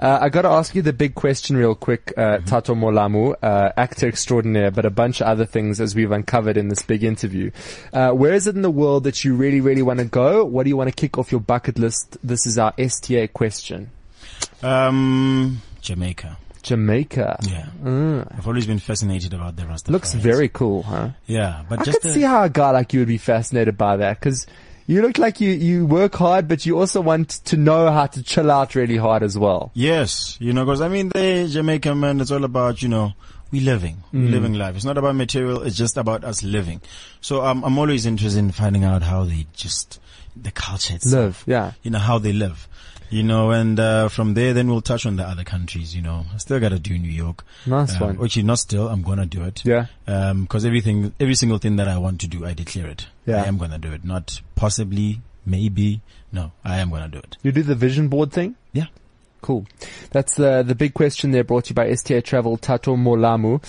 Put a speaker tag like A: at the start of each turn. A: Uh, I got to ask you the big question real quick, uh, Tato Molamu, uh, actor extraordinaire, but a bunch of other things as we've uncovered in this big interview. Uh, where is it in the world that you really, really want to go? What do you want to kick off your bucket list? This is our STA question.
B: Um, Jamaica.
A: Jamaica.
B: Yeah. I've always been fascinated about the Rastafari.
A: Mm. Looks very cool, huh?
B: Yeah, but
A: I
B: just
A: could see how a guy like you would be fascinated by that because you look like you, you work hard, but you also want to know how to chill out really hard as well.
B: Yes, you know, because I mean, the Jamaican man, it's all about, you know, we living, we
A: Mm.
B: living life. It's not about material, it's just about us living. So um, I'm always interested in finding out how they just, the culture itself,
A: Live, yeah.
B: you know, how they live. You know, and uh, from there, then we'll touch on the other countries, you know. I still got to do New York.
A: Nice
B: um,
A: one.
B: Actually, not still, I'm going to do it.
A: Yeah.
B: Um, cause everything, every single thing that I want to do, I declare it.
A: Yeah.
B: I am going to do it. Not possibly, maybe. No, I am going to do it.
A: You do the vision board thing?
B: Yeah.
A: Cool. That's uh, the big question there brought to you by STA Travel Tato Molamu.